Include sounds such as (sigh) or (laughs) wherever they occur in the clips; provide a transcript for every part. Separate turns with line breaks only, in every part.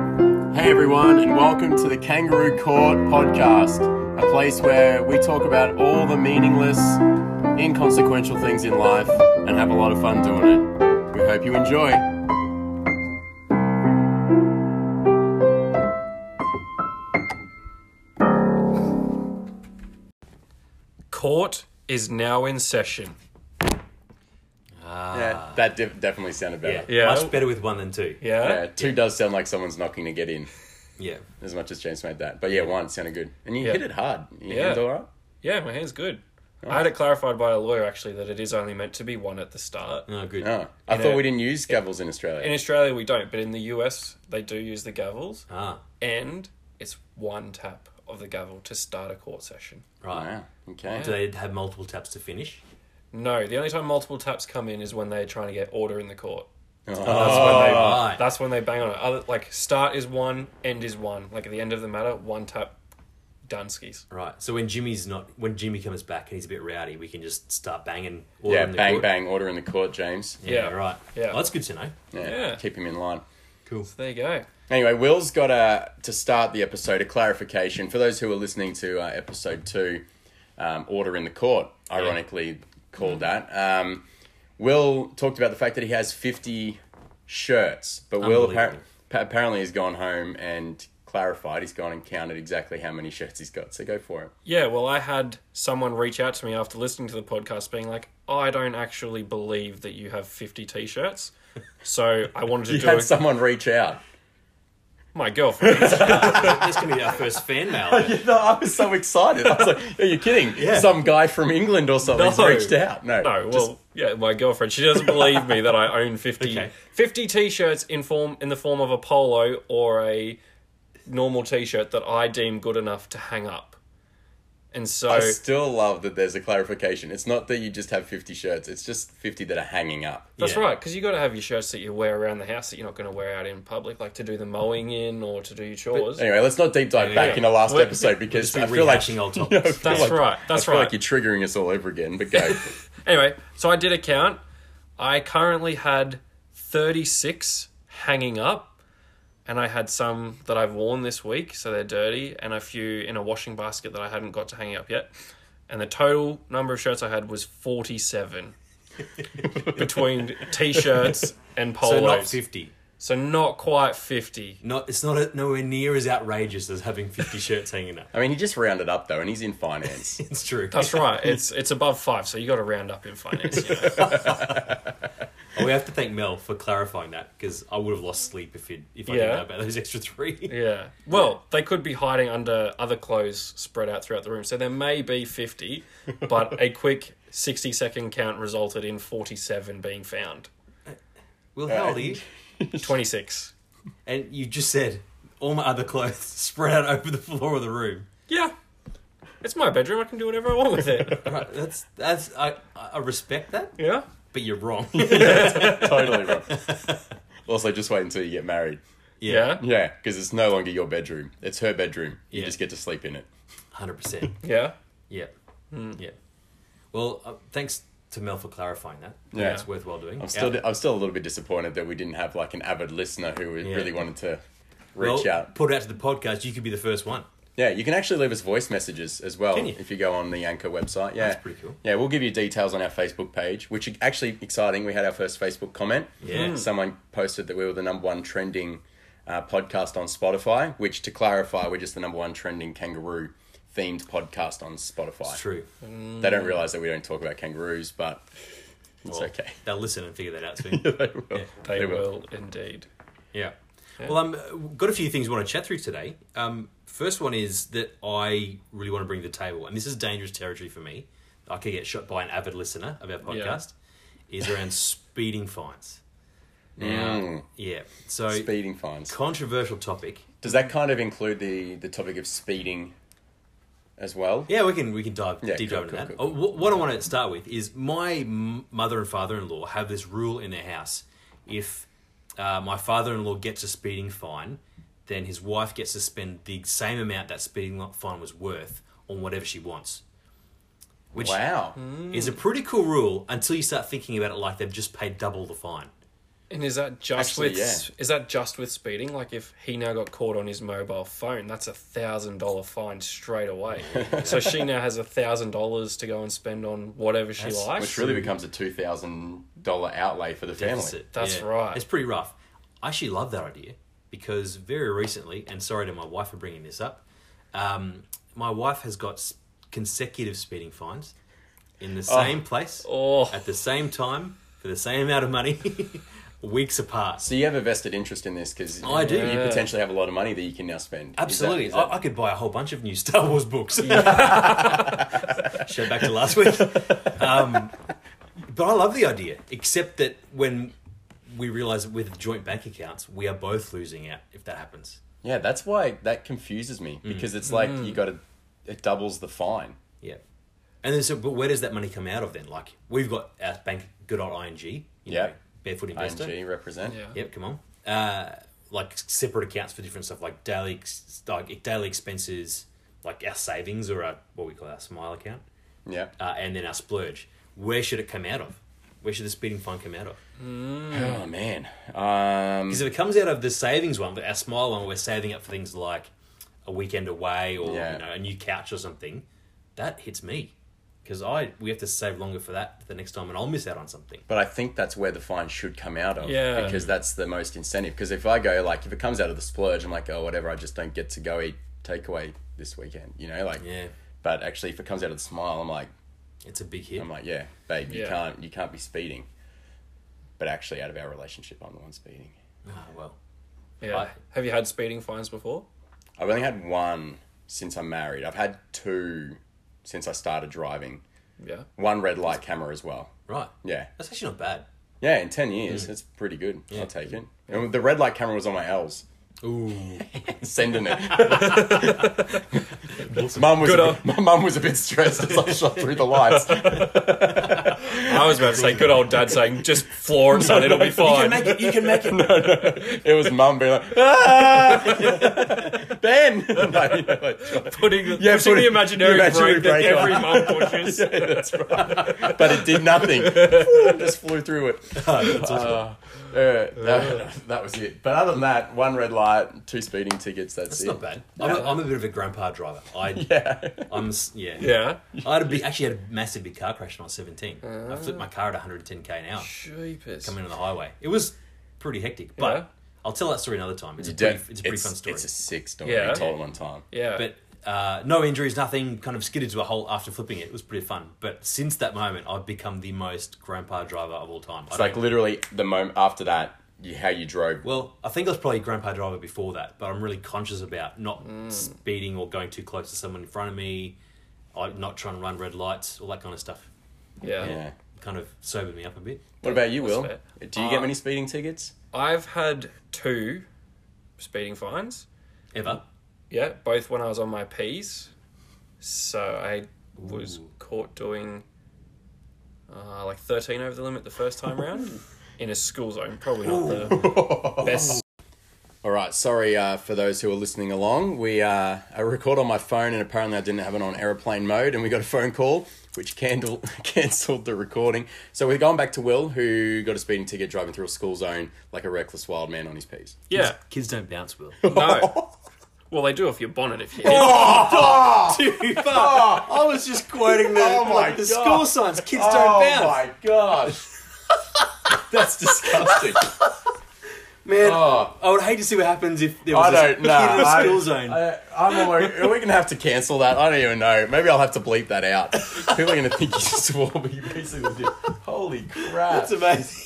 G'day, everyone, and welcome to the Kangaroo Court podcast, a place where we talk about all the meaningless, inconsequential things in life and have a lot of fun doing it. We hope you enjoy.
Court is now in session.
Yeah, that de- definitely sounded better. Yeah.
Yeah.
Much better with one than two.
Yeah.
two does sound like someone's knocking to get in,
Yeah.
as much as James made that. But yeah, one sounded good, and you
Yeah.
hit it hard. You
Yeah.
all right.
Yeah, my hand's good. I had it clarified by a lawyer actually that it is only meant to be one at the start.
Oh, good.
Oh, I
You
thought
know,
we didn't use gavels in Australia.
In Australia we don't, but in the US they do use the gavels
Ah,
and it's one tap of the gavel to start a court session.
right.
wow. Okay.
Do they have multiple taps to finish?
No, the only time multiple taps come in is when they're trying to get order in the court.
Oh,
That's when they
right.
that's when they bang on it. Other like start is one, end is one. Like at the end of the matter, one tap Dunskies.
Right. So when Jimmy's not, when Jimmy comes back and he's a bit rowdy, we can just start banging. all
yeah,
in the
bang,
court.
bang, order in the court, James.
Yeah.
Yeah, Right.
Yeah.
Well, that's good to know.
yeah.
Yeah.
Keep him in line.
Cool.
There you go.
Anyway, Will's got a, to start the episode a clarification for those who are listening to uh, episode two, um, Order in the Court, ironically called that. Um, Will talked about the fact that he has 50 shirts, but Will appar-
Unbelievable.
pa- apparently has gone home and clarified. He's gone and counted exactly how many shirts he's got, so go for it.
Yeah, well, I had someone reach out to me after listening to the podcast being like, "Oh, I don't actually believe that you have 50 t shirts. So I wanted
(laughs)
to
You
do it.
had someone reach
(laughs)
out.
My girlfriend.
this can be our first
(laughs)
fan mail.
No, I was so excited. I was like, are you kidding?
Yeah.
Some guy from England or something's
No.
reached out. No,
No,
(laughs)
well,
just-
yeah, my girlfriend. She doesn't believe me that I own 50
Okay.
50 t shirts in, form, in the form of a polo or a normal t shirt that I deem good enough to hang up. And so.
I still love that there's a clarification. It's not that you just have 50 shirts, it's just 50 that are hanging up.
That's
Yeah.
right, 'cause right, because you got to have your shirts that you wear around the house that you're not going to wear out in public, like to do the mowing in or to do your chores.
Anyway, let's not deep dive back
yeah.
into last
We'll-
episode
Just
because
be
I feel like.
rehashing
(laughs)
old
I feel
topics.
That's
like-
right.
I
That's
feel
right.
like you're triggering us all over again, but go.
Anyway, so I did a count. I currently had 36 hanging up, and I had some that I've worn this week, so they're dirty, and a few in a washing basket that I hadn't got to hanging up yet. And the total number of shirts I had was
(laughs)
47 between t shirts and
so not
polos. So not,
fifty.
quite 50.
Not. It's not a, nowhere near as outrageous as having fifty shirts hanging up. (laughs)
I mean, he just rounded up though, and he's in finance.
It's true.
That's right. It's it's above five, so you got to round up in finance. You know?
Oh, we have to thank Mel for clarifying that because I would have lost sleep if it, if I didn't
Yeah.
know about those extra three.
Yeah. Well, they could be hiding under other clothes spread out throughout the room. So there may be (laughs) 50, but a quick 60 second count resulted in 47 being found.
Well, how old are you?
26.
And you just said all my other clothes (laughs) spread out over the floor of the room.
Yeah. It's my bedroom. I can do whatever I want with it.
Right, that's that's I I respect that,
(laughs) Yeah.
but
(laughs)
you're wrong.
totally wrong. Also, just wait until you get married.
Yeah.
Yeah, because it's no longer your bedroom. It's her bedroom. You
Yeah.
just get to sleep in it.
hundred percent.
Yeah.
Yeah,
Hmm.
yeah. Well, uh, thanks to Mel for clarifying that.
Yeah.
it's worthwhile doing.
I'm still, I'm still a little bit disappointed that we didn't have like an avid listener who
Yeah.
really wanted to
well,
reach out.
Put it out to the podcast. You could be the first one.
Yeah, you can actually leave us voice messages as well
Can you?
if you go on the Anchor website. Yeah,
That's pretty cool.
Yeah, we'll give you details on our Facebook page, which is actually exciting. We had our first Facebook comment.
Yeah. Mm.
someone posted that we were the number one trending uh, podcast on Spotify. Which, to clarify, we're just the number one trending kangaroo themed podcast on Spotify.
It's true.
They don't realize that we don't talk about kangaroos, but it's
Well,
okay. (laughs)
They'll listen and figure that out soon.
they will.
They
They will.
will indeed.
Yeah. Well, um, we've got a few things we want to chat through today. Um, first one is that I really want to bring to the table, and this is dangerous territory for me. I could get shot by an avid listener of our podcast. Is around speeding fines. Now, yeah. So
Speeding fines.
controversial topic.
Does that kind of include the the topic of speeding as well?
Yeah, we can we can dive
Yeah,
deep
cool,
dive into
cool,
that.
cool,
Uh, wh- what I want to start with is my m- mother and father-in-law have this rule in their house: if uh, my father-in-law gets a speeding fine, then his wife gets to spend the same amount that speeding lo- fine was worth on whatever she wants. Which
Wow.
is a pretty cool rule until you start thinking about it like they've just paid double the fine.
And is that just
Actually,
with
yeah.
is that just with speeding? Like if he now got caught on his mobile phone, that's a thousand dollar fine straight away. so she now has a thousand dollars to go and spend on whatever she
That's-
likes.
which really becomes a two thousand dollar outlay for the family.
deficit.
That's right.
It's pretty rough. I actually love that idea because very recently, and sorry to my wife for bringing this up, um, my wife has got s- consecutive speeding fines in the same place
Oh.
at the same time for the same amount of money, (laughs) weeks apart.
So you have a vested interest in this because
I do.
You
Yeah.
potentially have a lot of money that you can now spend. Is that-
Absolutely,
is that-
I, I could buy a whole bunch of new Star
(laughs)
Wars books. (laughs) Show back to last week. Um, but I love the idea, except that when we realize with joint bank accounts, we are both losing out if that happens.
yeah, that's why that confuses
Mm.
me because it's like you got to it doubles the fine.
Yeah. And then so, but where does that money come out of then? Like we've got our bank, good old ING, you know,
Yeah.
barefoot investor.
ING represent.
yeah.
Yep, come on. Uh, like separate accounts for different stuff, like daily, ex- like daily expenses, like our savings or our what we call our smile account, (clears throat)
Yeah.
uh, and then our splurge. Where should it come out of? Where should the speeding fine come out of?
Oh man. Um,
Because if it comes out of the savings one, our smile one, we're saving up for things like a weekend away or
Yeah.
you know, a new couch or something. That hits me because I we have to save longer for that the next time, and I'll miss out on something.
but I think that's where the fine should come out of.
Yeah.
Because that's the most incentive. Because if I go like if it comes out of the splurge, I'm like, oh whatever, I just don't get to go eat takeaway this weekend. You know, like
Yeah,
But actually, if it comes out of the smile, I'm like,
it's a big hit.
I'm like, yeah, babe, you
Yeah.
can't, you can't be speeding. But actually, out of our relationship, I'm the one speeding.
Ah, well,
Yeah.
I-
Have you had speeding fines before?
I've only had one since I'm married. I've had two since I started driving.
Yeah.
One red light camera as well.
right.
Yeah,
That's actually not bad.
yeah. In ten years,
Mm.
that's pretty good. I'll take it. And the red light camera was on my L's.
Ooh,
(laughs) Sending
(laughs)
it. mum was
Good
a
on-
bit, my mum was a bit stressed as
(laughs)
I shot through the lights.
I was about to say, good old dad saying, just floor it, son, it'll be fine.
it. You can make it.
It was mum being like, ah! (laughs) Ben. (laughs) No, you know, like-
putting
Yeah,
pushing
putting
the imaginary,
the imaginary
break, that
brake on.
every mum
(laughs)
pushes.
That's right. But it did nothing. Just flew through it. Uh, that, that was it. But other than that, one red light, two speeding tickets. That's,
It's
it. (laughs)
not bad. I'm a, I'm a bit of a grandpa driver. I, I'm, s- yeah.
(laughs) Yeah.
I had a big, actually had a massive big car crash when I was 17. I flipped my car at 110k an hour
Jeepers.
coming on the highway. It was pretty hectic, but
Yeah.
I'll tell that story another time. It's, a
You
pretty,
don't-
it's a pretty fun story.
It's a sick story.
Yeah.
Yeah. told one time.
Yeah.
but uh, no injuries, nothing. Kind of skidded to a hole after flipping it. It was pretty fun. But since that moment, I've become the most grandpa driver of all time. I
It's like
don't-
literally the moment after that, you, how you drove.
well, I think I was probably grandpa driver before that, but I'm really conscious about not
Mm.
speeding or going too close to someone in front of me. i not trying to run red lights, all that kind of stuff.
yeah.
yeah.
Kind of sobered me up a bit.
What about you, Will?
fair.
Do you
Uh,
get many speeding
(laughs)
tickets?
I've had two speeding fines.
Ever?
Yeah, both when I was on my P's. So I was
Ooh.
caught doing uh, like 13 over the limit the first time round in a school zone. Probably not the (laughs) best.
All right, sorry uh, for those who are listening along. We uh, I record on my phone, and apparently I didn't have it on airplane mode, and we got a phone call which candle, (laughs) cancelled the recording. So we're going back to Will, who got a speeding ticket driving through a school zone like a reckless wild man on his piece.
Yeah,
Kids don't bounce, (laughs) Will.
no.
(laughs)
Well, they do if you're bonnet, if you hit.
(laughs)
Oh. I was just quoting the,
Oh my
like, the
God. Oh
school signs. Kids don't bounce.
gosh, (laughs) that's disgusting.
Man,
Oh.
I would hate to see what happens if there
I
was a
don't
kid
know.
in a
I-
school zone.
I, I'm almost, are we gonna have to cancel that? I don't even know. Maybe I'll have to bleep that out. People are gonna think you swore, but you basically did. Holy crap! (laughs)
That's amazing.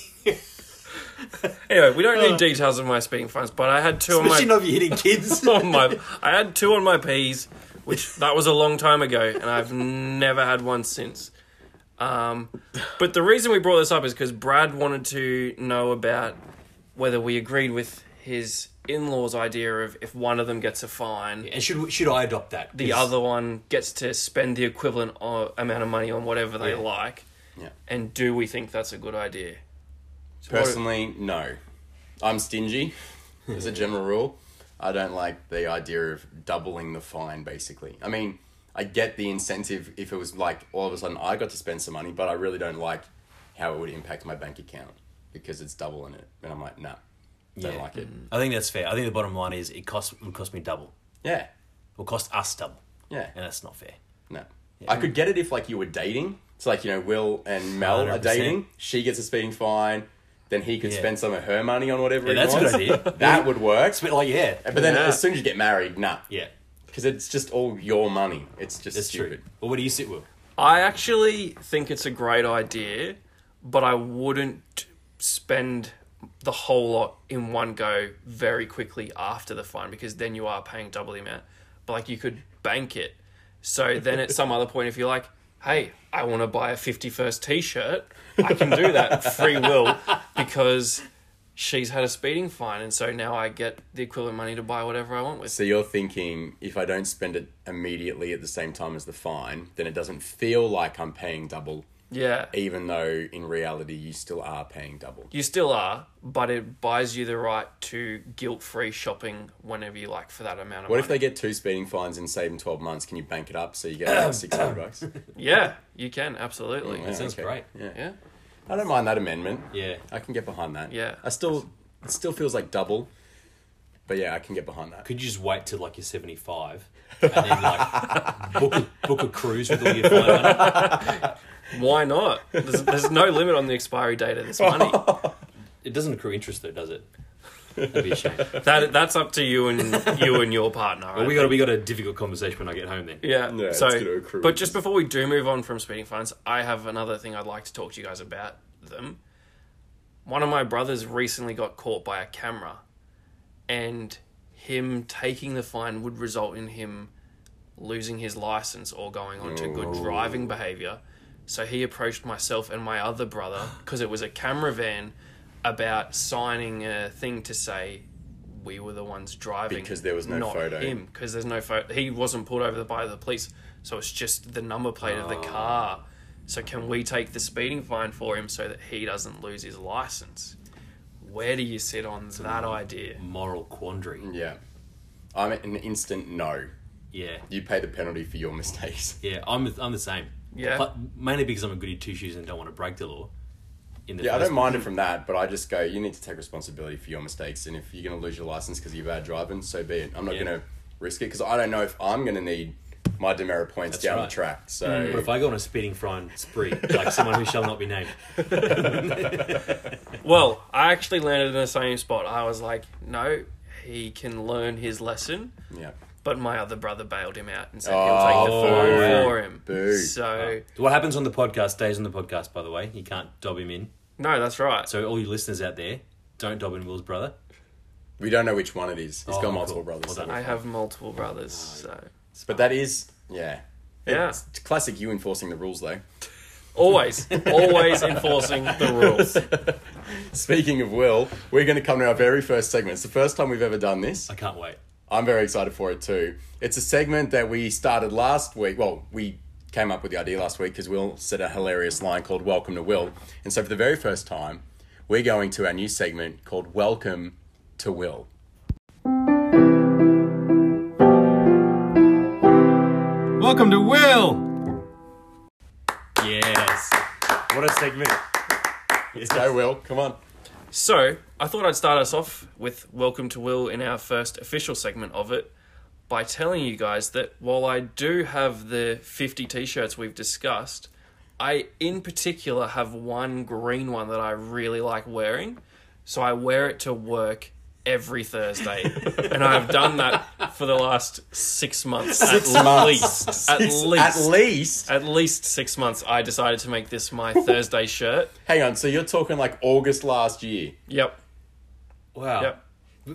Anyway, we don't need details of my speeding fines, but I had two on my
Oh. Especially not if you're
(laughs)
hitting
(laughs)
kids.
on my I had two on my P's, which that was a long time ago, and I've never had one since. Um, but the reason we brought this up is because Brad wanted to know about whether we agreed with his in-laws' idea of if one of them gets a fine,
and should should I adopt that?
the other one gets to spend the equivalent o- amount of money on whatever they
Yeah.
like.
Yeah.
And do we think that's a good idea? So what-
Personally, no. I'm stingy, as a general rule. I don't like the idea of doubling the fine, basically. I mean, I get the incentive if it was like all of a sudden I got to spend some money, but I really don't like how it would impact my bank account. because it's double in it. And I'm like, nah, don't
Yeah. Mm-hmm.
like it.
I think that's fair. I think the bottom line is it costs it would cost me double.
Yeah,
It will cost us double,
yeah,
and that's not fair.
no. I could get it if like you were dating. It's like you know Will and Mel are
100%.
dating. She gets a speeding fine. Then he could
Yeah.
spend some of her money on whatever
Yeah,
he
that's a
wants.
good idea.
(laughs) That would work.
It's a bit like yeah,
But then
Yeah.
as soon as you get married, nah.
yeah,
Because it's just all your money. It's just
that's true.
stupid.
Well, what do you sit with?
I actually think it's a great idea, but I wouldn't spend the whole lot in one go very quickly after the fine because then you are paying double the amount. But like you could bank it. So then at some other point, if you're like, hey, I want to buy a 51st t shirt, I can do that free will because she's had a speeding fine. And so now I get the equivalent money to buy whatever I want with.
So you're thinking if I don't spend it immediately at the same time as the fine, then it doesn't feel like I'm paying double,
Yeah.
even though in reality you still are paying double.
You still are, but it buys you the right to guilt free shopping whenever you like for that amount of
What
money.
if they get two speeding fines in save in twelve months? Can you bank it up so you get like six hundred
(coughs)
bucks?
Yeah, you can, absolutely.
Yeah,
Yeah.
sounds great.
Yeah. I don't mind that amendment.
Yeah,
I can get behind that.
Yeah.
I still it still feels like double. But yeah, I can get behind that.
could you just wait till like you're seventy five, and then like book a, book a cruise with all your fine money?
Why not? There's, there's no limit on the expiry date of this
(laughs)
money.
It doesn't accrue interest though, does it? That'd be a shame.
That that's up to you and you and your partner. I
But we
think.
got we got a difficult conversation when I get home. Then
yeah.
Yeah, it's gonna
so,
accrue.
but just before we do move on from speeding fines, I have another thing I'd like to talk to you guys about them. One of my brothers recently got caught by a camera, and him taking the fine would result in him losing his license or going on to good driving behavior. So he approached myself and my other
(gasps)
brother because it was a camera van about signing a thing to say we were the ones driving
Because there was no
not
photo.
Him because there's no photo. He wasn't pulled over by the police, so it's just the number plate of the
Ah.
car. So can we take the speeding fine for him so that he doesn't lose his license? Where do you sit on that
Hmm.
idea?
moral quandary.
Yeah. I'm an instant no.
Yeah,
You pay the penalty for your (laughs) mistakes.
yeah. I'm I'm the same.
Yeah.
but mainly because I'm a goody two shoes and don't want to break the law. In the
Yeah, I
first
don't mind it from that, but I just go, you need to take responsibility for your mistakes. And if you're going to lose your license because you're bad driving, so be it. I'm not
Yeah.
going to risk it because I don't know if I'm going to need my demerit points
That's
down
right.
the track. So,
But if I go on a speeding fine spree, like someone who shall not be named, (laughs) Mm.
Well, I actually landed in the same spot. I was like, no, he can learn his lesson.
(laughs) yeah.
But my other brother bailed him out and said he'll take the
Oh,
phone
boo.
for him.
Boo.
So,
what happens on the podcast stays on the podcast. By the way, you can't dob him in.
no, that's right.
So all you listeners out there, don't dob in Will's brother.
We don't know which one it is. He's
Oh,
got
cool.
multiple
Well
brothers. so-
done.
I have multiple brothers, so.
But that is, yeah.
Yeah.
It's classic you enforcing the rules, though. (laughs)
Always, always enforcing the rules.
Speaking of Will, we're going to come to our very first segment. It's the first time we've ever done this.
I can't wait.
I'm very excited for it too. It's a segment that we started last week. Well, we came up with the idea last week because Will said a hilarious line called Welcome to Will. And so for the very first time, we're going to our new segment called Welcome to Will.
Welcome to Will. Yes. What a segment.
Let's go, Will. Come on.
So, I thought I'd start us off with Welcome to Will in our first official segment of it by telling you guys that while I do have the 50 t shirts we've discussed, I in particular have one green one that I really like wearing. So, I wear it to work every (laughs) Thursday. and I've done that for the last six months at least. At least.
At least.
At least six months, I decided to make this my Thursday shirt.
Hang on. So you're talking like August last year.
Yep.
Wow.
Yep.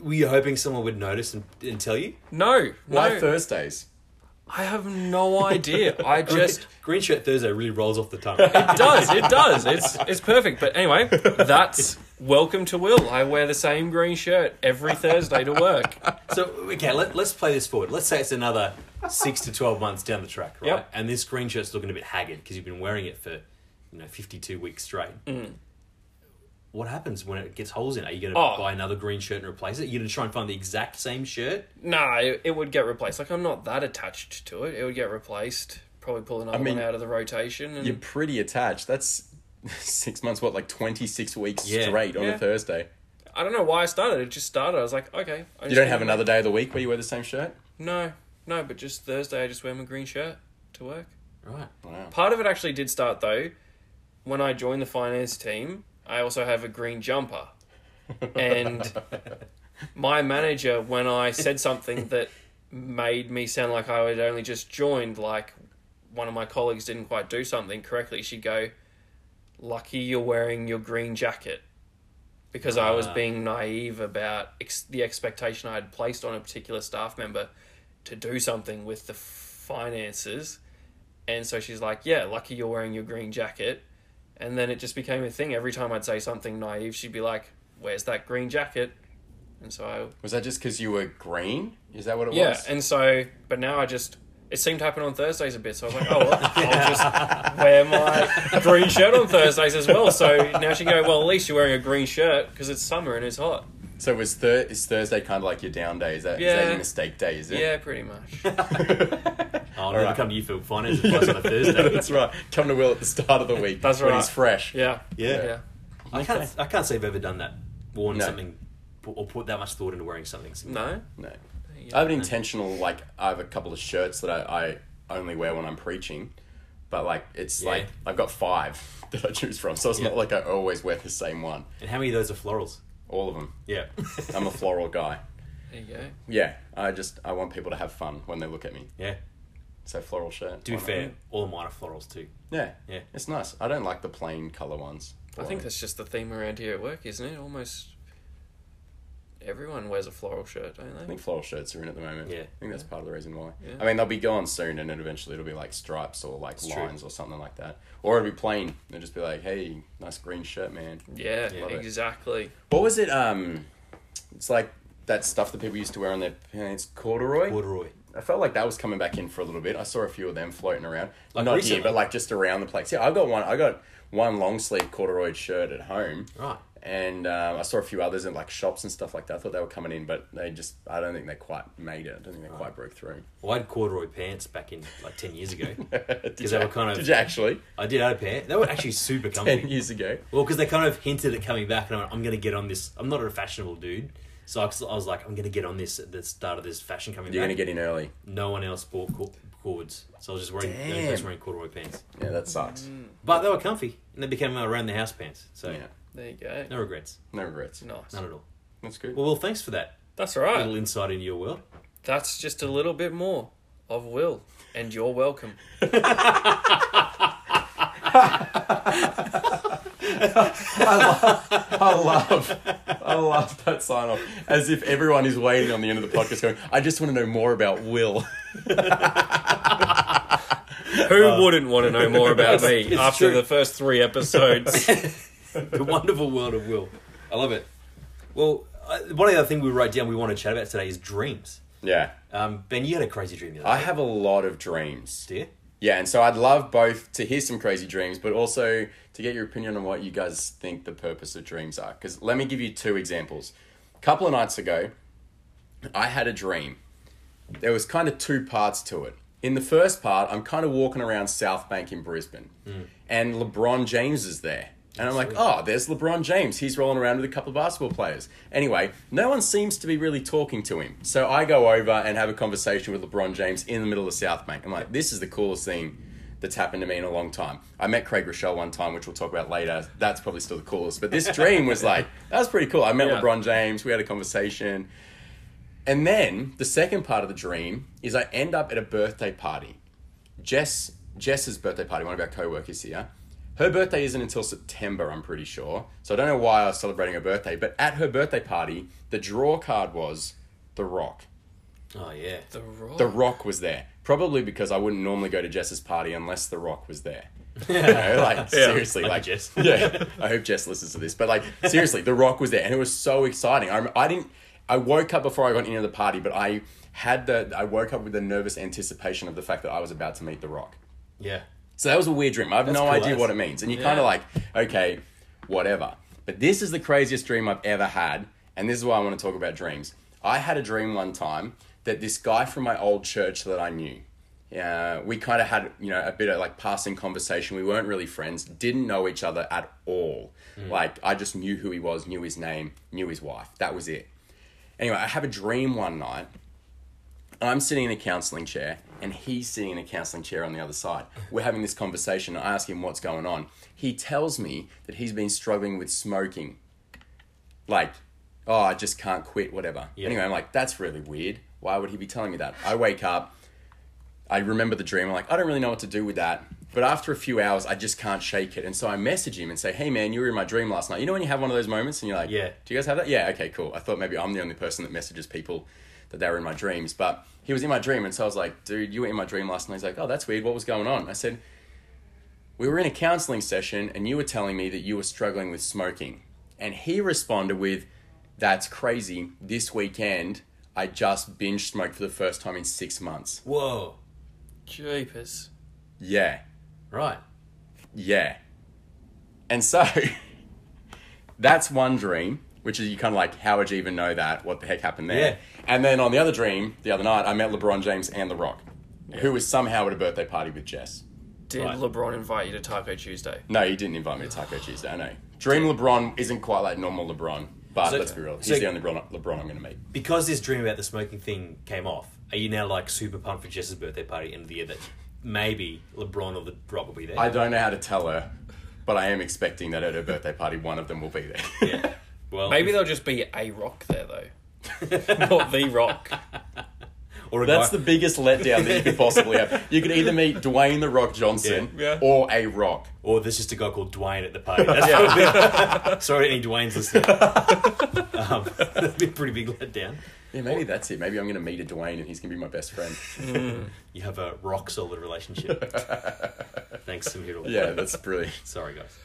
Were you hoping someone would notice and, and tell you?
No,
Why
no.
Thursdays?
I have no
(laughs)
idea. I just
Green Shirt Thursday really rolls off the tongue.
(laughs) it does. It does. It's it's perfect. But anyway, that's welcome to Will. I wear the same green shirt every Thursday to work.
so okay, let, let's play this forward. Let's say it's another six to twelve months down the track, right?
Yep.
And this green shirt's looking a bit haggard because you've been wearing it for you know fifty-two weeks straight.
Mm.
What happens when it gets holes in it? Are you going to
Oh.
buy another green shirt and replace it? Are you going to try and find the exact same shirt?
Nah, it, it would get replaced. Like I'm not that attached to it. It would get replaced. Probably pull another
mean,
one out of the rotation. And
You're pretty attached. That's (laughs) six months, what, like 26 weeks
Yeah.
straight on
Yeah.
a Thursday.
I don't know why I started. It just started. I was like, okay. I
You don't have another day of the week where you wear the same shirt?
No, no. But just Thursday, I just wear my green shirt to work. (laughs)
Right. (laughs)
Wow.
Part of it actually did start though. When I joined the finance team, I also have a green jumper. And my manager, when I said something that made me sound like I had only just joined, like one of my colleagues didn't quite do something correctly, she'd go, Lucky you're wearing your green jacket. Because I was
Ah.
being naive about ex- the expectation I had placed on a particular staff member to do something with the finances. And so she's like, Yeah, lucky you're wearing your green jacket. And then it just became a thing. Every time I'd say something naive, she'd be like, Where's that green jacket? And so I,
Was that just because you were green? Is that what it
yeah.
was?
And so, but now I just, it seemed to happen on Thursdays a bit. So I was like, Oh, (laughs) well, I'll just wear my green shirt on Thursdays as well. So now she can go, Well, at least you're wearing a green shirt because it's summer and it's hot.
So was thir- is Thursday kind of like your down day? Is that, is that
Yeah.
your mistake day? Is it? (laughs)
Yeah, pretty (laughs) much.
I'll never
right.
Oh, come to you for
(laughs)
finance advice on
(laughs)
a Thursday.
That's right. Come to Will at the start of the week.
That's
When
right.
he's fresh.
Yeah.
Yeah.
Yeah.
I can't. I can't say I've ever done that. Worn
No.
something, or put that much thought into wearing something.
No?
No.
Yeah.
I have an intentional like I have a couple of shirts that I, I only wear when I'm preaching, but like it's
Yeah.
like I've got five (laughs) that I choose from, so it's
Yeah.
not like I always wear the same one.
And how many of those are florals?
All of them.
Yeah.
I'm a floral guy.
There you go.
Yeah, I just I want people to have fun when they look at me.
yeah.
So floral shirt.
(laughs) To be
why not?
fair, all of mine are florals too.
Yeah,
Yeah.
it's nice. I don't like the plain color ones.
I think that's just the theme around here at work, isn't it? Almost everyone wears a floral shirt, don't
I
they?
think floral shirts are in at the moment.
Yeah.
I think that's part of the reason why.
Yeah.
I mean, they'll be gone soon, and then eventually it'll be like stripes or like
true.
lines or something like that, or it'll be plain. They'll just be like, "Hey, nice green shirt, man."
Yeah,
Love it.
exactly.
What was it? Um, it's like that stuff that people used to wear on their pants, corduroy.
Corduroy.
I felt like that was coming back in for a little bit. I saw a few of them floating around,
Like
not
recently?
here, but like just around the place. Yeah, I got one. I got one long sleeve corduroy shirt at home,
Right.
and um, I saw a few others in like shops and stuff like that. I thought they were coming in, but they just I don't think they quite made it. I don't think they quite broke through. (laughs)
Well, I had corduroy pants back in like ten years ago.
Did
they were kind of-
Did you actually
I did have a pair. They were actually super
(laughs) ten
comfy.
years ago?
Well, because they kind of hinted at coming back, and I went, I'm going to get on this. I'm not a fashionable dude, so I I was like, I'm going to get on this at the start of this fashion coming
You're
back.
gonna get in early.
No one else bought cor- cords, so I was just wearing, the only
Damn.
person wearing corduroy pants.
Yeah, that sucks.
But they were comfy, and they became my around the house pants. So
Yeah,
There you go.
no regrets,
no regrets.
Nice.
none at all.
That's good.
Well, Will, thanks for that
That's all right.
little insight into your world.
That's just a little bit more of Will, and you're welcome.
I love, I love that sign off. As if everyone is waiting on the end of the podcast, going, "I just want to know more about Will."
(laughs) Who wouldn't want to know more about me
It's- it's
after
true.
the first three episodes?
(laughs) the wonderful world of Will. I love it. Well, I, one other thing we write down we want to chat about today is dreams.
Yeah,
Um, ben, you had a crazy dream the other
I have a lot of dreams.
day.
Yeah, and so I'd love both to hear some crazy dreams, but also to get your opinion on what you guys think the purpose of dreams are. Because let me give you two examples. A couple of nights ago, I had a dream. There was kind of two parts to it. In the first part, I'm kind of walking around South Bank in Brisbane, and LeBron James is there. And I'm like, oh, there's LeBron James. He's rolling around with a couple of basketball players. Anyway, no one seems to be really talking to him. So I go over and have a conversation with LeBron James in the middle of South Bank. I'm like, this is the coolest thing that's happened to me in a long time. I met Craig Rochelle one time, which we'll talk about later. That's probably still the coolest. But this dream was like, that was pretty cool. I met
Yeah.
LeBron James. We had a conversation. And then the second part of the dream is I end up at a birthday party. Jess Jess's birthday party, one of our co-workers here. Her birthday isn't until September, I'm pretty sure. So I don't know why I was celebrating her birthday, but at her birthday party, the draw card was The Rock.
Oh (laughs) yeah.
(laughs) the Rock.
The Rock was there. Probably because I wouldn't normally go to Jess's party unless The Rock was there. You (laughs) know, like seriously,
Lucky
like
Jess.
yeah. I hope Jess listens to this, but like seriously, The Rock was there, and it was so exciting. I, rem- I didn't. I woke up before I got into the party, but I had the. I woke up with the nervous anticipation of the fact that I was about to meet The Rock.
Yeah.
So that was a weird dream. I have no
cool,
idea
that's-
what it means. And you're
Yeah.
kind of like, okay, whatever. But this is the craziest dream I've ever had. And this is why I want to talk about dreams. I had a dream one time that this guy from my old church that I knew, uh, we kind of had you know a bit of like passing conversation. We weren't really friends, didn't know each other at all.
Hmm.
Like I just knew who he was, knew his name, knew his wife. That was it. Anyway, I have a dream one night. I'm sitting in a counseling chair, and he's sitting in a counseling chair on the other side. We're having this conversation. I ask him what's going on. He tells me that he's been struggling with smoking. Like, oh, I just can't quit, whatever.
Yeah.
Anyway, I'm like, that's really weird. Why would he be telling me that? I wake up, I remember the dream. I'm like, I don't really know what to do with that. But after a few hours, I just can't shake it. And so I message him and say, Hey, man, you were in my dream last night. You know when you have one of those moments and you're like,
Yeah.
Do you guys have that? Yeah, okay, cool. I thought maybe I'm the only person that messages people that they were in my dreams. But he was in my dream. And so I was like, Dude, you were in my dream last night. He's like, Oh, that's weird. What was going on? I said, We were in a counseling session and you were telling me that you were struggling with smoking. And he responded with, That's crazy. This weekend, I just binge smoked for the first time in six months.
Whoa.
Jeepers.
Yeah.
Right.
Yeah. And so (laughs) that's one dream, which is you kind of like, how would you even know that? What the heck happened there?
Yeah.
And then on the other dream, the other night, I met LeBron James and The Rock, who was somehow at a birthday party with Jess.
Did
Right.
LeBron invite you to Taco Tuesday?
No, he didn't invite me to Taco Tuesday, I know. Dream LeBron isn't quite like normal LeBron, but
So-
let's be real. He's
so-
the only LeBron, LeBron I'm going to meet.
Because this dream about the smoking thing came off, are you now like super pumped for Jess's birthday party end of the year that maybe LeBron or the Rock will be there?
I don't know how to tell her, but I am expecting that at her birthday party, one of them will be there.
yeah. Well,
Maybe there'll just be a rock there
(laughs)
though. Not the rock.
or
(laughs)
a
That's
guy-
the biggest letdown that you could possibly have. You could either meet Dwayne the Rock Johnson
Yeah. Yeah.
or a Rock.
or there's just a guy called Dwayne at
(laughs)
the party. That's probably- (laughs) sorry, any Dwayne's listening. um, (laughs) that'd be a pretty big letdown.
Yeah, maybe that's it. Maybe I'm going to meet a Dwayne and he's going to be my best friend.
You have a rock solid relationship. Thanks, I'm here
(laughs)
to-
Yeah, that's brilliant.
Sorry, guys.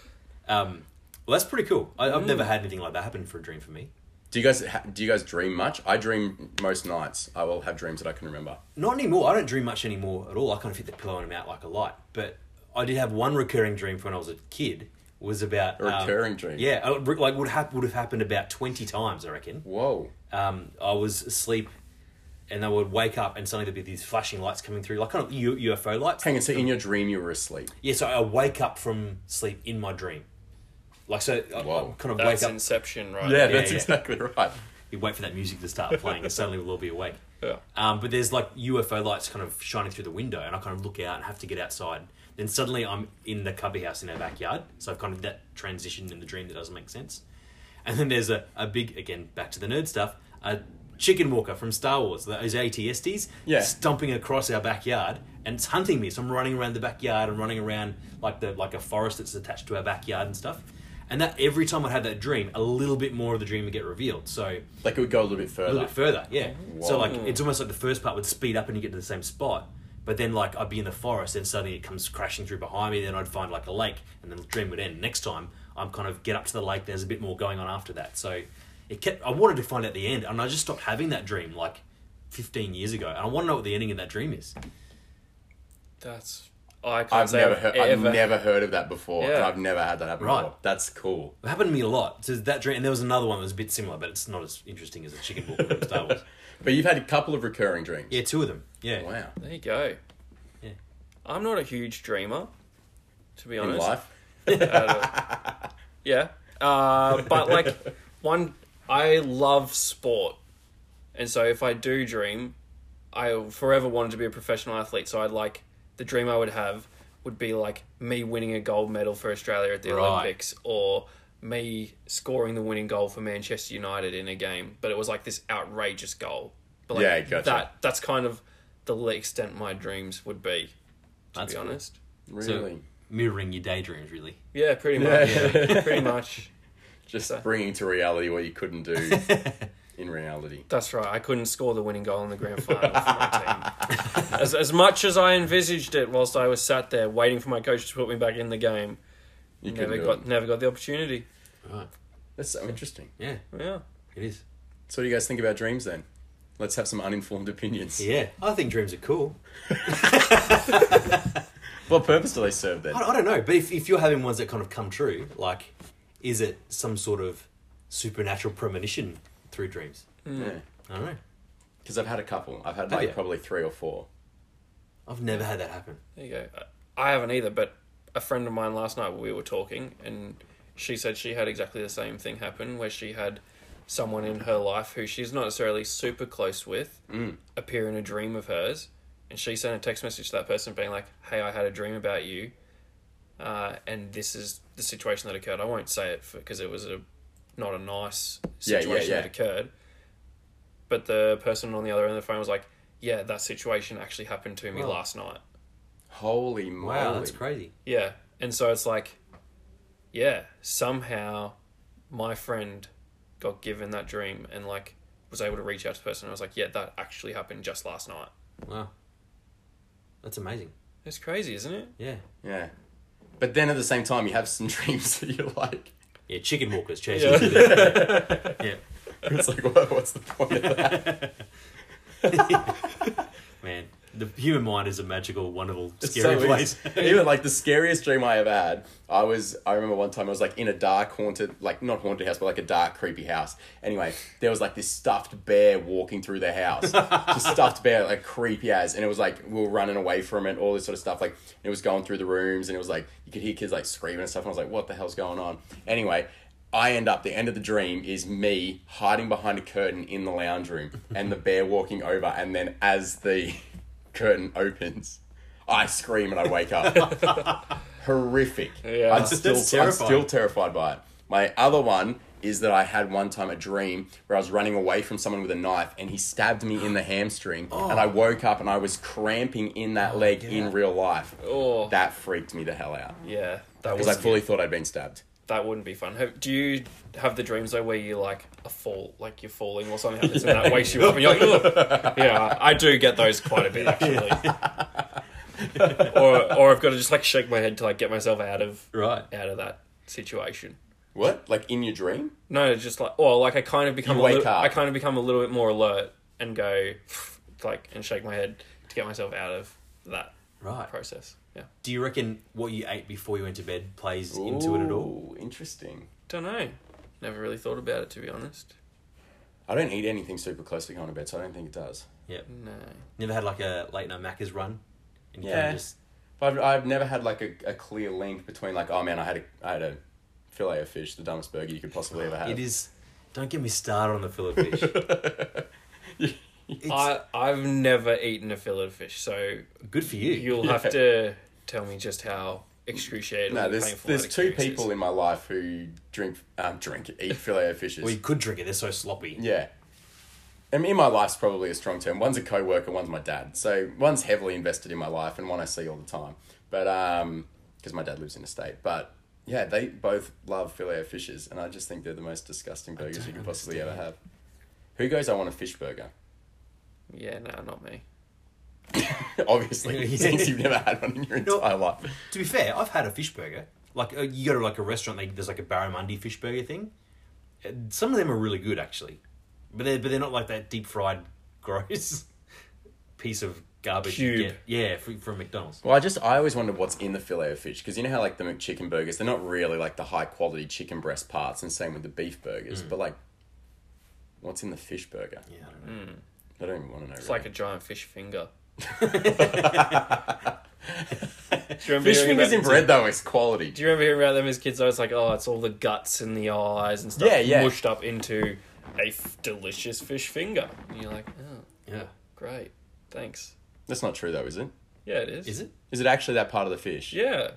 Um, well, that's pretty cool. I, I've never had anything like that happen for a dream for me.
Do you guys ha- do you guys dream much? I dream most nights. I will have dreams that I can remember.
Not anymore. I don't dream much anymore at all. I kind of hit the pillow and I'm out like a light. But I did have one recurring dream from when I was a kid. Was about um,
A recurring dream?
Yeah, uh, re- like would hap- would have happened about twenty times, I reckon.
Whoa.
um, I was asleep, and I would wake up, and suddenly there'd be these flashing lights coming through, like kind of U- UFO lights.
Hang on, so in your dream you were asleep.
Yeah, so I wake up from sleep in my dream, like so. I, I
Wow.
kind of
That's
wake up.
Inception, right?
Yeah, that's
yeah.
exactly right.
You wait for that music to start playing, and suddenly we'll all be awake.
Yeah.
Um, but there's like UFO lights kind of shining through the window, and I kind of look out and have to get outside. Then suddenly I'm in the cubby house in our backyard. So I've kind of that transition in the dream that doesn't make sense. And then there's a, a big, again, back to the nerd stuff, a chicken walker from Star Wars, those ATSDs,
Yeah.
stomping across our backyard and it's hunting me. So I'm running around the backyard and running around like the like a forest that's attached to our backyard and stuff. And that every time I had that dream, a little bit more of the dream would get revealed. So
Like it would go a little bit further.
a little bit further. Yeah. So
Whoa.
like it's almost like the first part would speed up and you get to the same spot, but then like I'd be in the forest and suddenly it comes crashing through behind me. Then I'd find like a lake and then the dream would end. Next time I'm kind of get up to the lake. There's a bit more going on after that. So it kept. I wanted to find out the end, and I just stopped having that dream like 15 years ago, and I want to know what the ending of that dream is.
That's I can't
I've
say
never
I've
heard.
ever.
I've never heard of that before.
Yeah.
and I've never had that happen
Right.
before. That's cool.
It happened to me a lot. So that dream, and there was another one that was a bit similar, but it's not as interesting as a chicken walk from
(laughs)
Star Wars.
But you've had a couple of recurring dreams.
Yeah, two of them. Yeah.
Wow.
There you go.
Yeah.
I'm not a huge dreamer, to be
In
honest.
life.
Yeah. Uh, but like one I love sport. And so if I do dream, I forever wanted to be a professional athlete, so I'd like the dream I would have would be like me winning a gold medal for Australia at the
Right.
Olympics or me scoring the winning goal for Manchester United in a game, but it was like this outrageous goal. But like
Yeah, gotcha.
that that's kind of the extent my dreams would be, to
That's
be
cool.
honest.
So,
Really.
(laughs) mirroring your daydreams, really. (laughs)
Yeah, pretty much. pretty much.
Just
So-
bringing to reality what you couldn't do
(laughs)
in reality.
That's right. I couldn't score the winning goal in the grand final for
(laughs)
my team. As, as much as I envisaged it, whilst I was sat there waiting for my coach to put me back in the game,
You
never
couldn't do
got
it.
never got the opportunity.
Right.
That's so interesting.
Yeah,
Yeah,
it is.
So, what do you guys think about dreams then? Let's have some uninformed opinions.
Yeah, I think dreams are cool.
What purpose do they serve then?
I, I don't know, but if, if you're having ones that kind of come true, like, is it some sort of supernatural premonition through dreams?
Yeah.
I don't know.
Because I've had a couple. I've had
Oh,
like
yeah.
probably three or four.
I've never had that happen.
There you go. I haven't either, but a friend of mine last night we were talking, and she said she had exactly the same thing happen where she had someone in her life who she's not necessarily super close with
Mm.
appear in a dream of hers, and she sent a text message to that person being like, "Hey, I had a dream about you, uh, and this is the situation that occurred. I won't say it because it was a not a nice
Yeah, yeah,
situation that
yeah.
occurred." But the person on the other end of the phone was like, "Yeah, that situation actually happened to me
Wow.
last night."
Holy moly!
Wow, that's crazy.
Yeah. And so it's like, yeah, somehow my friend got given that dream and like was able to reach out to the person and I was like, yeah, that actually happened just last night.
Wow, that's amazing.
It's crazy, isn't it?
Yeah,
Yeah, but then at the same time, you have some (laughs) dreams that you
(laughs)
like. (laughs)
yeah. Chicken walkers chasing. you.
Yeah.
yeah.
It's like, what, what's the point of that?
(laughs) Man, the human mind is a magical, wonderful,
(laughs) It's
scary
so
place.
easy. (laughs) Even like the scariest dream I ever had, I was I remember one time I was like in a dark haunted like not haunted house, but like a dark, creepy house. Anyway, there was like this stuffed bear walking through the (laughs) house. Just stuffed bear, like creepy as and it was like we were running away from it, all this sort of stuff. Like it was going through the rooms and it was like you could hear kids like screaming and stuff, and I was like, What the hell's going on? Anyway, I end up the end of the dream is me hiding behind a curtain in the lounge room and the bear walking over and then as the (laughs) curtain opens I scream and I wake
(laughs)
up. Horrific.
Yeah.
I'm still
That's
I'm
terrifying.
still terrified by it. My other one is that I had one time a dream where I was running away from someone with a knife and he stabbed me in the
(gasps)
hamstring and I woke up and I was cramping in
Oh,
that leg in real life.
Oh.
That freaked me the hell out.
yeah. That was
Because I fully thought I'd been stabbed.
that wouldn't be fun. Have, do you have the dreams though where you like a fall, like you're falling or something happens and that wakes you up and you're like, Ugh. yeah, I do get those quite a bit actually. or or I've got to just like shake my head to like get myself out of
right.
out of that situation.
What? Like in your dream?
No, it's just like well, like I kind of become
You
a
wake
little,
up.
I kind of become a little bit more alert and go like and shake my head to get myself out of that
Right.
process. Yeah,
Do you reckon what you ate before you went to bed plays into it at all?
Ooh, Interesting.
don't know. Never really thought about it to be honest.
I don't eat anything super close to going to bed, so I don't think it does.
Yep.
No,
Never had like a late night Macca's run. And kinda
Yeah.
Just,
But I've, I've never had like a, a clear link between like, oh man, I had a I had a fillet of fish, the dumbest burger you could possibly ever have. (laughs)
it is. Don't get me started on the fillet fish. it's
I I've never eaten a fillet of fish, so
good for you.
you'll
Yeah.
have to tell me just how excruciating.
No,
and
there's
painful
there's
that
two
experience
people
is.
in my life who drink um, drink eat fillet of fishes.
Well, you could drink it. They're so sloppy.
yeah. I mean, in my life's probably a strong term. One's a coworker, one's my dad. So one's heavily invested in my life, and one I see all the time. But um, because my dad lives in a state, but yeah, they both love fillet of fishes, and I just think they're the most disgusting burgers you could possibly ever have. Who goes? I want a fish burger. (laughs)
Yeah, no, not me.
Obviously,
Yeah.
since you've never had one in your
No.
entire life.
To be fair, I've had a fish burger. Like uh, you go to like a restaurant, they, there's like a barramundi fish burger thing. Uh, Some of them are really good actually, but they're but they're not like that deep fried (laughs) gross piece of garbage. You
Cube.
get. Yeah, from, from McDonald's.
Well, I just I always wondered what's in the fillet of fish because you know how like the McChicken burgers they're not really like the high quality chicken breast parts, and same with the beef burgers. But like, what's in the fish burger?
Yeah, I don't know.
I don't even want to know. (laughs)
It's like (laughs) a giant fish finger. Do you remember
fish
hearing
fingers
about-
in bread though is quality.
Do you remember hearing about them as kids? Though it's like, oh, it's all the guts and the eyes and stuff
Yeah, yeah.
mushed up into a f- delicious fish finger. And you're like, oh,
Yeah,
great, thanks.
That's not true though, is it?
Yeah, it is.
is it?
Is it actually that part of the fish?
Yeah.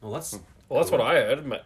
Well,
Hmm.
that's
Well, that's what I heard. ma-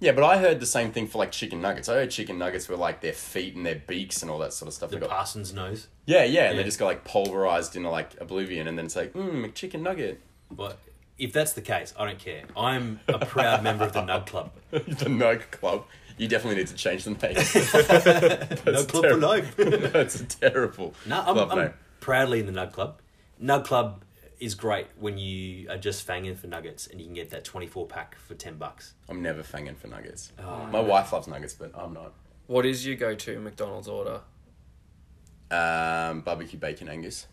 Yeah, but I heard the same thing for like chicken nuggets. I heard chicken nuggets were like their feet and their beaks and all that sort of stuff.
the
They got-
Parsons nose.
yeah, yeah, and
Yeah.
they just got like pulverized into like oblivion, and then it's like, mmm, chicken
(laughs)
nugget.
But if that's the case, I don't care. I'm a proud member of the Nug Club.
the Nug Club. You definitely need to change the
(laughs)
name. (laughs)
Nug Club for
terrible.
life.
(laughs) That's a terrible
No, I'm,
club
I'm
name.
proudly in the Nug Club. Nug Club is great when you are just fanging for nuggets and you can get that 24 pack for 10 bucks.
I'm never fanging for nuggets.
Oh,
My wife loves nuggets, but I'm not.
What is your go-to McDonald's order?
Um, barbecue bacon Angus,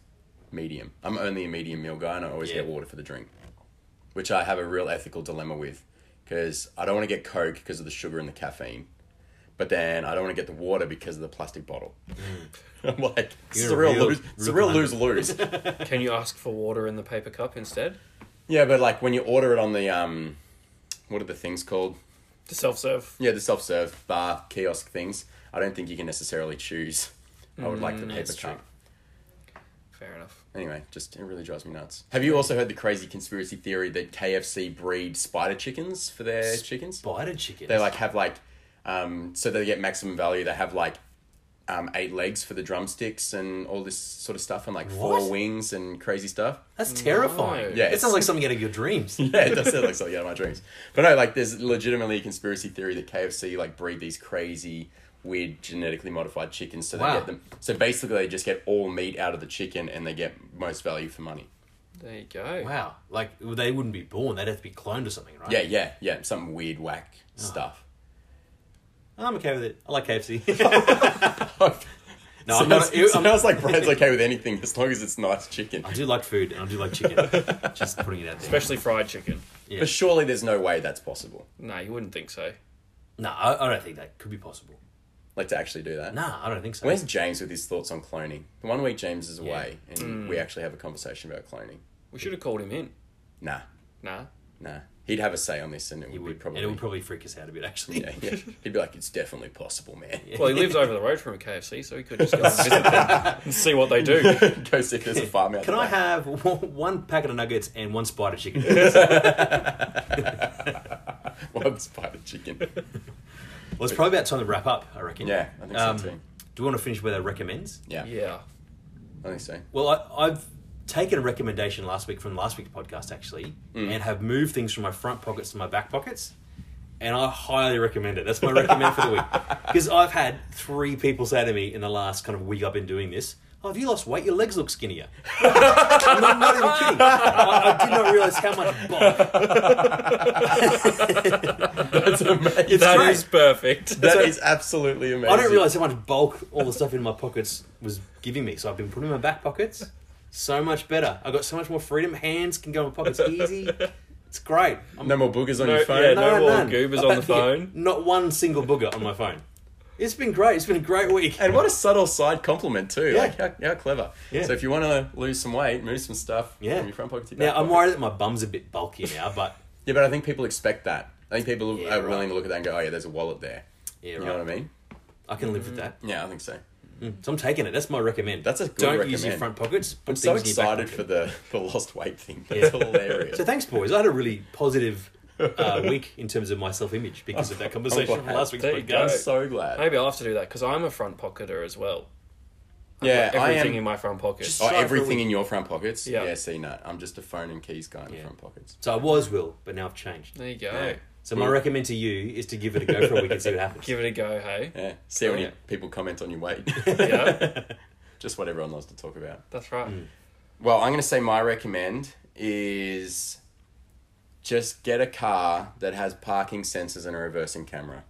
medium. I'm only a medium meal guy, and I always
Yeah.
get water for the drink, which I have a real ethical dilemma with, because I don't want to get Coke because of the sugar and the caffeine, but then I don't want to get the water because of the plastic bottle. (laughs) I'm like, it's
Mm. You're
a
a
real,
real-
lose, it's a
real
real lose lose.
(laughs)
Can you ask for water in the paper cup instead?
yeah, but like when you order it on the um, what are the things called?
To self serve.
Yeah, the self serve bar kiosk things. I don't think you can necessarily choose. I would like the paper
Mm, that's true.
cup.
Fair enough.
Anyway, just it really drives me nuts. Have you also heard the crazy conspiracy theory that KFC breed spider chickens for their chickens?
Spider chicken.
They like have like, um, so they get maximum value. They have like, um, eight legs for the drumsticks and all this sort of stuff, and like
What?
four wings and crazy
(laughs)
stuff.
That's terrifying.
No.
Yeah,
it
it's-
sounds like something out of
(laughs)
your dreams.
Yeah, it does sound like something out of my dreams. But no, like there's legitimately a conspiracy theory that KFC like breed these crazy, weird, genetically modified chickens. So
Wow.
they get them. So basically, they just get all meat out of the chicken, and they get most value for money.
There you go.
Wow, like they wouldn't be born; they'd have to be cloned or something, right?
Yeah, yeah, yeah. Some weird whack
(laughs)
stuff.
I'm okay with it. I
(laughs)
like (laughs) KFC.
no,
No, I'm not. I'm-
sounds like Brad's okay with anything as long as it's nice chicken.
(laughs) I do like food, and I do
(laughs)
like chicken. Just putting it out there.
Especially fried chicken.
But surely there's no way that's possible.
No, you wouldn't think so.
No, I, I don't think that could be possible.
Like to actually do that.
Nah, I don't think so.
Where's James with his thoughts on cloning? The one week James is away and we actually have a conversation about cloning.
We should have called him in.
Nah,
Nah.
nah. He'd have a say on this and it would,
it
be
would
probably.
and it would probably freak us out a bit,
(laughs)
actually. (laughs)
yeah, yeah. He'd be like, it's definitely possible, man.
Well, he lives over the road from a KFC, so he could just go and visit
(laughs)
them and see what
(laughs)
they do.
Go see if there's a farm out
Can
the
I
back.
have one one packet of nuggets and one
(laughs)
spider chicken?
one spider chicken?
Well, it's probably about time to wrap up, I reckon.
Yeah, I think so
Um,
too.
Do we want to finish with our recommends?
Yeah,
Yeah.
I think so.
Well, I, I've taken a recommendation last week from last week's podcast, actually,
Hmm.
and have moved things from my front pockets to my back pockets. And I highly recommend it. That's my recommend for
(laughs)
the week. Because I've had three people say to me in the last kind of week I've been doing this, Oh, have you lost weight? Your legs look skinnier. (laughs) I'm not, not even kidding. I, I did not realize how much bulk.
That's amazing.
It's
That
great.
is perfect. (laughs)
That
So-
is absolutely amazing.
I didn't realize how much bulk all the stuff in my pockets was giving me. So I've been putting in my back pockets. So much better. I got so much more freedom. Hands can go in my pockets easy. It's great. I'm
No more boogers on
No,
your phone.
yeah, no more
none.
goobers
I've
on
had-
the phone.
Not one single booger on my phone. It's been great. It's been a great week.
And what a subtle side compliment too.
Yeah.
Like how, how clever.
Yeah.
So if you want to lose some weight, move some stuff
Yeah.
from your front pocket to your
(laughs) Now
back
I'm
pocket.
worried that my bum's a bit bulky now, but
Yeah, but I think people expect that. I think people
Yeah,
are
right.
willing to look at that and go, "Oh yeah, there's a wallet there."
yeah,
You
right.
know what I mean?
I can live with that.
Yeah, I think so.
So I'm taking it. That's my recommend.
That's a good
Don't use your
recommend.
front pockets. Put
I'm so
things in your back
excited
pocket.
for the (laughs) the lost weight thing.
Yeah.
That's hilarious.
So thanks, boys. I had a really positive uh, week in terms of my self-image
(laughs)
because of that conversation from
glad.
last week's
There you
I'm
go.
podcast.
so glad.
Maybe I'll have to do that because I'm a front pocketer as well.
Yeah, I
Everything in
am.
my front pocket.
Just-
Oh,
Sorry for
everything
the-
in your front pockets.
Yeah.
Yeah. see, no, I'm just a phone and keys guy in the
Yeah.
front pockets.
So I was Will, but now I've changed.
there you go.
Yeah.
So my recommend to you is to give it a go for a week and see what happens.
Give it a go, hey?
Yeah, see how many
Yeah.
people comment on your weight.
(laughs)
(laughs)
Yeah,
(laughs) just what everyone loves to talk about.
that's right.
Mm. Well, I'm going to say my recommend is just get a car that has parking sensors and a reversing camera.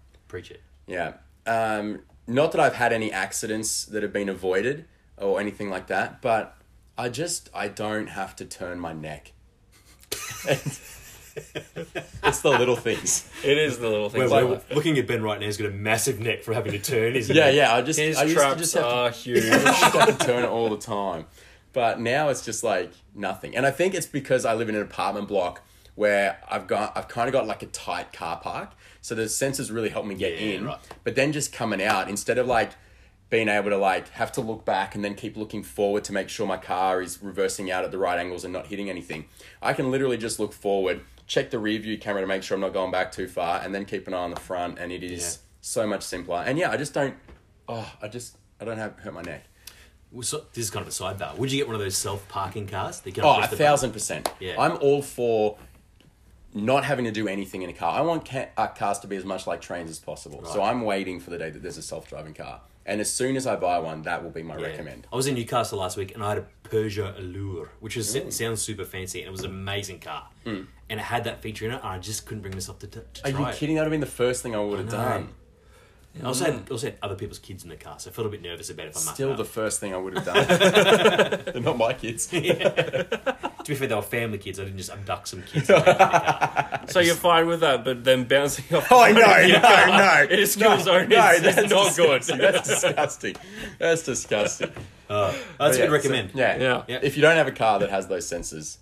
(laughs)
Preach it.
Yeah. Um, not that I've had any accidents that have been avoided or anything like that, but I just I don't have to turn my neck. (laughs) it's the little
(laughs)
things.
It is the little things.
Wait,
in
wait,
life.
looking at Ben right now, he's got a massive neck for having to turn, isn't
Yeah,
he?
yeah. I just
His
I used to
traps
just have to
are huge.
(laughs) I used to have to turn it all the time. But now it's just like nothing. And I think it's because I live in an apartment block where I've got I've kind of got like a tight car park. So the sensors really help me get
Yeah,
in.
right.
But then just coming out instead of like being able to like have to look back and then keep looking forward to make sure my car is reversing out at the right angles and not hitting anything. I can literally just look forward, check the rear view camera to make sure I'm not going back too far, and then keep an eye on the front. And it is so much simpler. And yeah, I just don't. Oh, I just I don't have hurt my neck.
Well, so, this is kind of a sidebar. Would you get one of those self-parking cars? That you can
Oh,
push
a
the
thousand percent.
Yeah.
I'm all for not having to do anything in a car. I want ca- uh, cars to be as much like trains as possible. So
Right.
I'm waiting for the day that there's a self driving car. And as soon as I buy one, that will be my
button. Yeah.
recommend.
I was in Newcastle last week and I had a Peugeot Allure, which is it sounds super fancy and it was an amazing car. And it had that feature in it, and I just couldn't bring myself to, t- to
Mm. Are
try
you
it.
kidding? That would have been the first thing I would have
I know.
done.
And I also had, also had other people's kids in the car, so I felt a bit nervous about if I mucked
Still (laughs)
up.
Oh, the first thing I would have done. They're not my kids.
To be fair, they were family kids. I didn't just abduct
(laughs)
some kids. and make them pick up.
So you're fine with that, but then bouncing off.
Oh
the
no,
phone
no,
again.
no!
It is kill zone. It's- it's not good.
disgusting. That's disgusting. That's disgusting.
Oh, that's
But
a good
yeah, so-
recommend.
yeah.
Yeah.
Yeah.
If you don't have a car that has those sensors,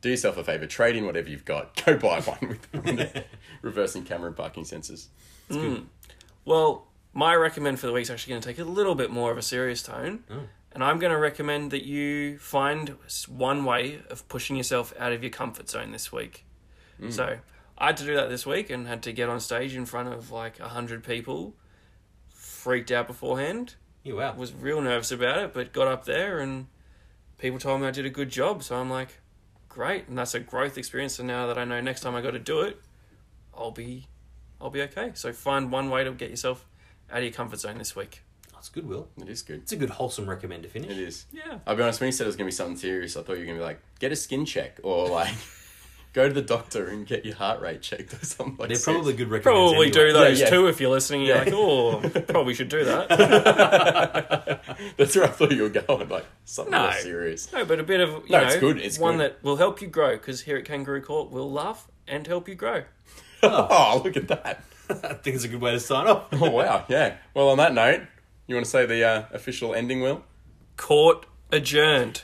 do yourself a favor. Trade in whatever you've got. (laughs) Go buy one
(laughs)
with reversing camera and parking sensors.
Well, my recommend for the week's actually going to take a little bit more of a serious tone. And I'm going to recommend that you find s- one way of pushing yourself out of your comfort zone this week. So I had to do that this week and had to get on stage in front of like 100 people. Freaked out beforehand.
Yeah, Oh, wow.
Was real nervous about it, but got up there and people told me I did a good job. So I'm like, great. And that's a growth experience. And now that I know next time I got to do it, I'll be I'll be okay. So find one way to get yourself out of your comfort zone this week.
That's good, Will.
It is good.
It's a good wholesome recommend to finish.
It is.
Yeah.
I'll be honest. When you said it was gonna be something serious, I thought you were gonna be like, get a skin check or like, (laughs) go to the doctor and get your heart rate checked or something. Like
They're
serious. (laughs)
probably good recommends.
Probably do
anyway.
those
Yeah, yeah.
too if you're listening. You're
Yeah. (laughs)
like, oh, probably should do that.
That's where I thought you were going. Like something
No.
more serious.
No, but a bit of you
No,
know,
it's good, it's
one
good.
that will help you grow because here at Kangaroo Court, we'll laugh and help you grow.
Oh, look at that.
(laughs) I think it's a good way to
(laughs)
sign off.
Oh wow. Yeah. Well, on that note, you want to say the uh, official ending, Will?
Court adjourned.